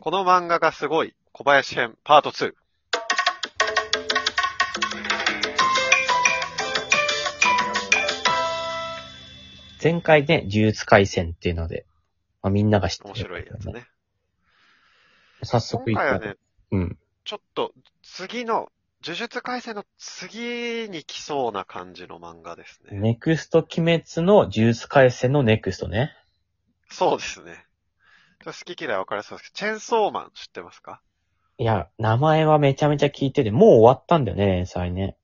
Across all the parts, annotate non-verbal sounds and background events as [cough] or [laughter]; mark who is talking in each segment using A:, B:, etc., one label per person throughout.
A: この漫画がすごい小林編パート2。
B: 前回ね、呪術回戦っていうので、まあ、みんなが知って
A: 面白いやつね。
B: 早速
A: 今
B: 行
A: 回
B: った
A: は。ね、
B: うん。
A: ちょっと次の、呪術回戦の次に来そうな感じの漫画ですね。
B: ネクスト鬼滅の呪術回戦のネクストね。
A: そうですね。ちょっと好き嫌い分かれそうですけど、チェンソーマン知ってますか
B: いや、名前はめちゃめちゃ聞いてて、もう終わったんだよね、連載ね。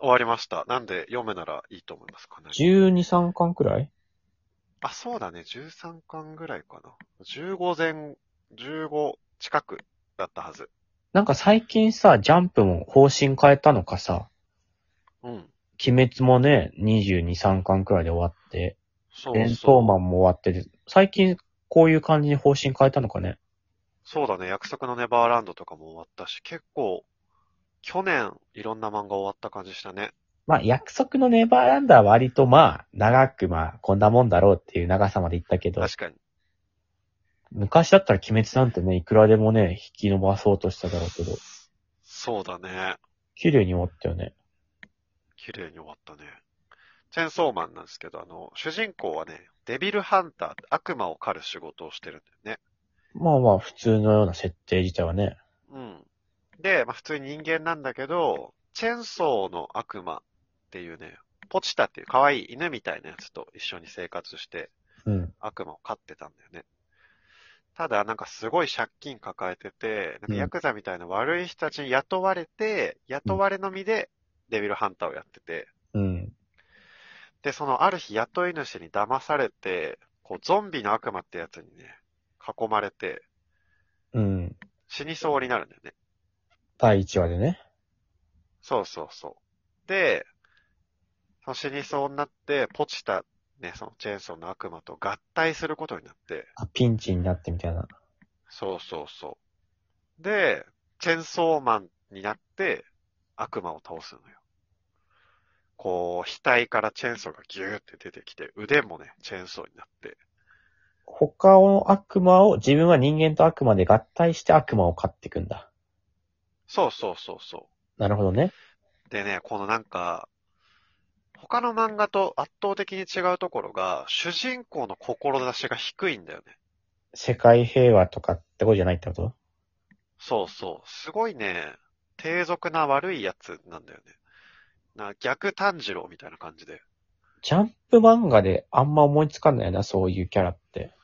A: 終わりました。なんで読むならいいと思いますかね。
B: 12、3巻くらい
A: あ、そうだね。13巻ぐらいかな。15前、15近くだったはず。
B: なんか最近さ、ジャンプも方針変えたのかさ、
A: うん。
B: 鬼滅もね、22、3巻くらいで終わって、
A: そう
B: 伝
A: そ
B: 統
A: う。
B: マンも終わってて、最近こういう感じに方針変えたのかね。
A: そうだね。約束のネバーランドとかも終わったし、結構、去年いろんな漫画終わった感じしたね。
B: まあ、約束のネバーランドは割とまあ、長くまあ、こんなもんだろうっていう長さまで言ったけど、
A: 確かに。
B: 昔だったら鬼滅なんてね、いくらでもね、引き伸ばそうとしただろうけど、
A: そうだね。
B: 綺麗に終わったよね。
A: 綺麗に終わったね。チェンソーマンなんですけど、あの、主人公はね、デビルハンター、悪魔を狩る仕事をしてるんだよね。
B: まあまあ、普通のような設定自体はね。
A: うん。で、まあ普通に人間なんだけど、チェンソーの悪魔っていうね、ポチタっていう可愛い犬みたいなやつと一緒に生活して
B: うん。
A: 悪魔を飼ってたんだよね。ただ、なんかすごい借金抱えてて、なんかヤクザみたいな悪い人たちに雇われて、雇われの身でデビルハンターをやってて、
B: うん。
A: で、そのある日雇い主に騙されて、こうゾンビの悪魔ってやつにね、囲まれて
B: うん。
A: 死にそうになるんだよね。
B: 第1話でね。
A: そうそうそう。で、その死にそうになって、ポチタ、ね、そのチェーンソーの悪魔と合体することになって、
B: あ、ピンチになってみたいな。
A: そうそうそう。で、チェーンソーマンになって、悪魔を倒すのよ。こう、額からチェーンソーがギューって出てきて、腕もね、チェーンソーになって、
B: 他の悪魔を、自分は人間と悪魔で合体して悪魔を飼っていくんだ。
A: そうそうそうそう。
B: なるほどね。
A: でね、このなんか、他の漫画と圧倒的に違うところが、主人公の志が低いんだよね。
B: 世界平和とかってことじゃないってこと
A: そうそう。すごいね、低俗な悪いやつなんだよね。な、逆炭治郎みたいな感じで。
B: ジャンプ漫画であんま思いつかんないな、そういうキャラって。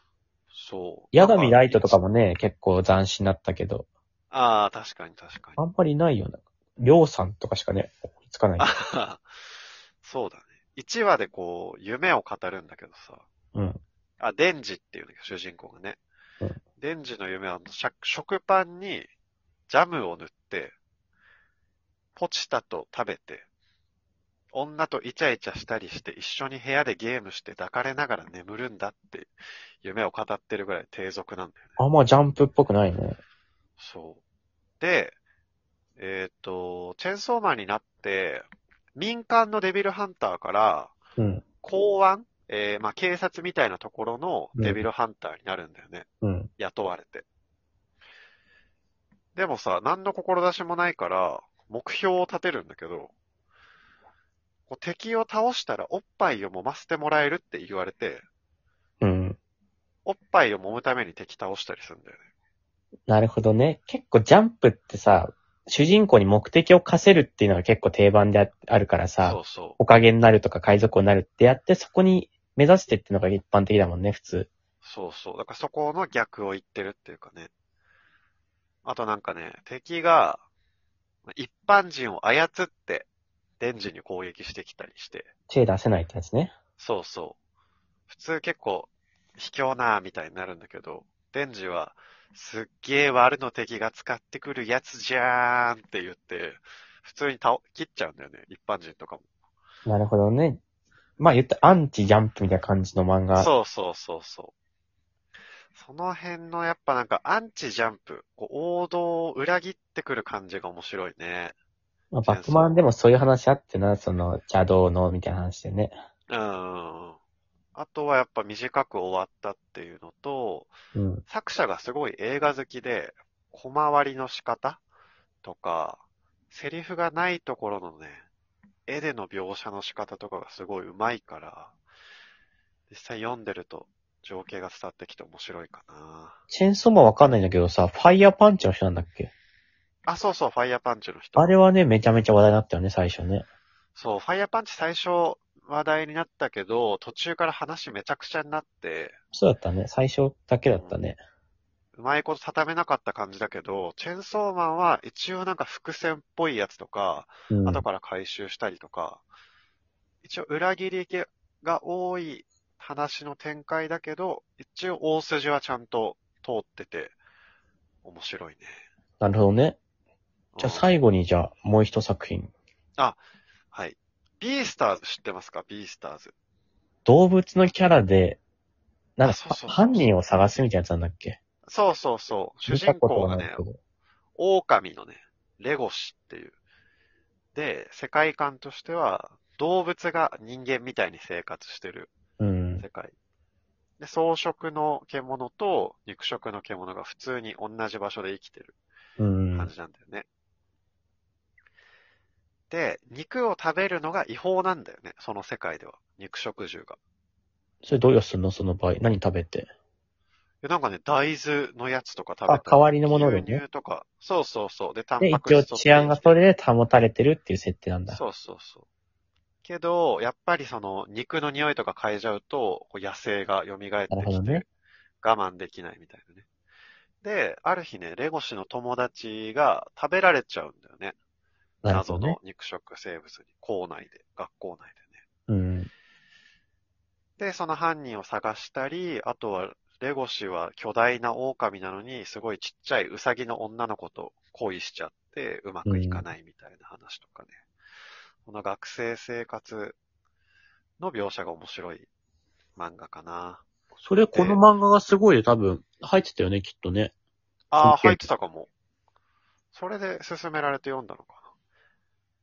A: そう。
B: ヤガミライトとか
A: も。
B: もね、結構斬新だったけど、
A: ああ、確かに確かに。 [laughs]
B: あんまりないような。りょうさんとかしかね、思いつかない。
A: あそうだね。1話でこう、夢を語るんだけどさ。
B: うん。
A: あ、デンジっていうんだけど、主人公がね
B: うん。
A: デンジの夢は、あの食食パンにジャムを塗って、ポチタと食べて、女とイチャイチャしたりして、一緒に部屋でゲームして抱かれながら眠るんだって、夢を語ってるぐらい低俗なんだよね。
B: あんまジャンプっぽくないね。
A: そう。で、えっ、と、チェンソーマンになって、民間のデビルハンターから、
B: うん。
A: 公安、えーまあ、警察みたいなところのデビルハンターになるんだよね。
B: うん。
A: 雇われて。でもさ、何の志もないから、目標を立てるんだけど、こう敵を倒したらおっぱいを揉ませてもらえるって言われて、
B: うん。
A: おっぱいを揉むために敵倒したりするんだよね。
B: なるほどね。結構ジャンプってさ、主人公に目的を課せるっていうのが結構定番でああるから
A: そ
B: さ、
A: うそ
B: おかげになるとか海賊王になるってやって、そこに目指してっていうのが一般的だもんね、普通。
A: う。そうそう。だからそこの逆を言ってるっていうかね。あとなんかね、敵が、一般人を操って、デンジに攻撃してきたりして、
B: 手出せないってやつね。
A: そうそう。普通結構、卑怯なーみたいになるんだけど、デンジは、すっげー悪の敵が使ってくるやつじゃーんって言って、普通に倒、切っちゃうんだよね、一般人とかも。
B: なるほどね。まあ言ったらアンチジャンプみたいな感じの漫画。
A: そうそうそうそう。その辺のやっぱなんかアンチジャンプ、こう王道を裏切ってくる感じが面白いね。
B: まあ、バックマンでもそういう話あってな、その邪道のみたいな話でね。
A: うんうんうん。あとはやっぱ短く終わったっていうのと、
B: うん。
A: 作者がすごい映画好きで、小回りの仕方とか、セリフがないところのね、絵での描写の仕方とかがすごい上手いから、実際読んでると情景が伝わってきて面白いかな。
B: チェーンソーマンわかんないんだけどさ、ファイヤーパンチの人なんだっけ
A: あ、そうそう、ファイヤーパンチの人。
B: あれはね、めちゃめちゃ話題になったよね、最初ね。
A: そう、ファイヤーパンチ最初話題になったけど、途中から話めちゃくちゃになって、
B: そうだったね。最初だけだったね。
A: うまいこと畳めなかった感じだけど、チェンソーマンは一応なんか伏線っぽいやつとか、
B: うん。
A: 後から回収したりとか、一応裏切りが多い話の展開だけど、一応大筋はちゃんと通ってて、面白いね。
B: なるほどね。じゃあ最
A: 後。
B: 後にじゃあ、もう一作品。
A: はい。ビースターズ知ってますかビースターズ。
B: 動物のキャラで、なん
A: あ
B: か
A: そうそうそう
B: 犯人を探すみたいなやつなんだっけ
A: そうそうそう。主
B: 見た
A: 人
B: こと
A: 公
B: は
A: が
B: ない
A: ね
B: け、ど。
A: 狼のね、レゴシっていう。で、世界観としては、動物が人間みたいに生活してる
B: うん。
A: 世界。で、草食の獣と肉食の獣が普通に同じ場所で生きてる
B: うん。
A: 感じなんだよね。で、肉を食べるのが違法なんだよね、その世界では。肉食獣が。
B: それどうするのその場合。何食べて。
A: いやなんかね、大豆のやつとか食べたり
B: あ代わりのものでね
A: 牛乳とか。そうそうそう。で、タン
B: で、
A: パク
B: 一応
A: 質と
B: 治安がそれで保たれてるっていう設定なんだ。
A: そうそうそう。けど、やっぱりその肉の匂いとか嗅いじゃうと、こう野生が蘇って
B: なるほ
A: き
B: ど
A: て、
B: ね
A: 我慢できないみたいなね。で、ある日ね、レゴシの友達が食べられちゃうんだよね。
B: なるほ
A: 謎
B: どね
A: の。肉食生物に、校内で、学校内でね。
B: うん。
A: で、その犯人を探したり、あとは、レゴシは巨大な狼なのに、すごいちっちゃいウサギの女の子と恋しちゃって、うまくいかないみたいな話とかね。この学生生活の描写が面白い漫画かな。
B: それ、この漫画がすごいで多分、入ってたよね、きっとね。
A: ああ、
B: 関係
A: 入ってたかも。それで勧められて読んだのか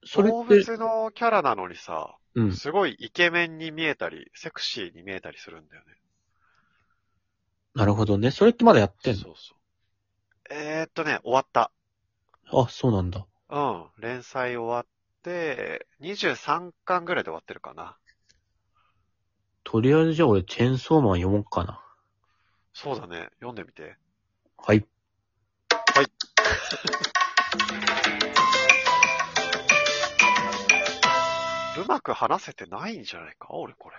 B: そ
A: な。
B: れ
A: 動
B: って、
A: 物のキャラなのにさ、
B: うん。
A: すごいイケメンに見えたり、セクシーに見えたりするんだよね。
B: なるほどね。それってまだやってん
A: そうそう。えー、っとね、終わった。
B: のあ、そうなんだ。
A: うん。連載終わって、23巻ぐらいで終わってるかな。
B: とりあえずじゃあ俺、チェーンソーマン読もうかな。
A: そうだね。読んでみて。
B: はい。
A: うまく話せてないんじゃないか俺これ。